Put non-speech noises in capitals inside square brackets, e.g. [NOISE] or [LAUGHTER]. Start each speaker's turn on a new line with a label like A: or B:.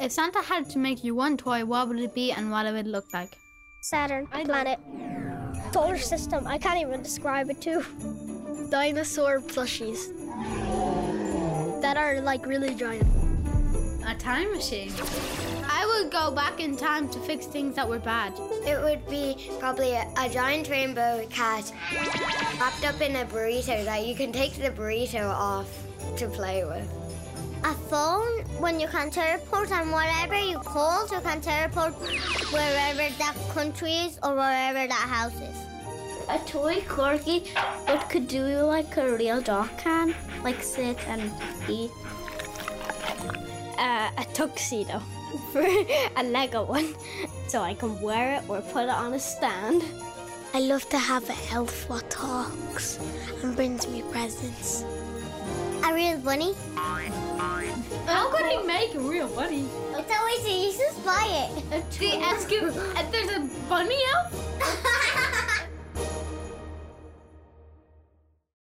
A: If Santa had to make you one toy, what would it be and what it would look like?
B: Saturn, planet, solar system. I can't even describe it too.
C: Dinosaur plushies that are like really giant.
A: A time machine. I would go back in time to fix things that were bad.
D: It would be probably a, a giant rainbow cat wrapped up in a burrito that you can take the burrito off to play with.
B: A phone, when you can teleport and whatever you call, you can teleport wherever that country is or wherever that house is.
E: A toy corgi that could do like a real dog can, like sit and eat.
C: Uh, a tuxedo [LAUGHS] for a Lego one, [LAUGHS] so I can wear it or put it on a stand.
F: I love to have an elf what talks and brings me presents.
B: A real bunny.
A: How could he make a real bunny?
B: [LAUGHS] It's always easy. You just buy it.
A: [LAUGHS] The Eskimo. There's a bunny elf?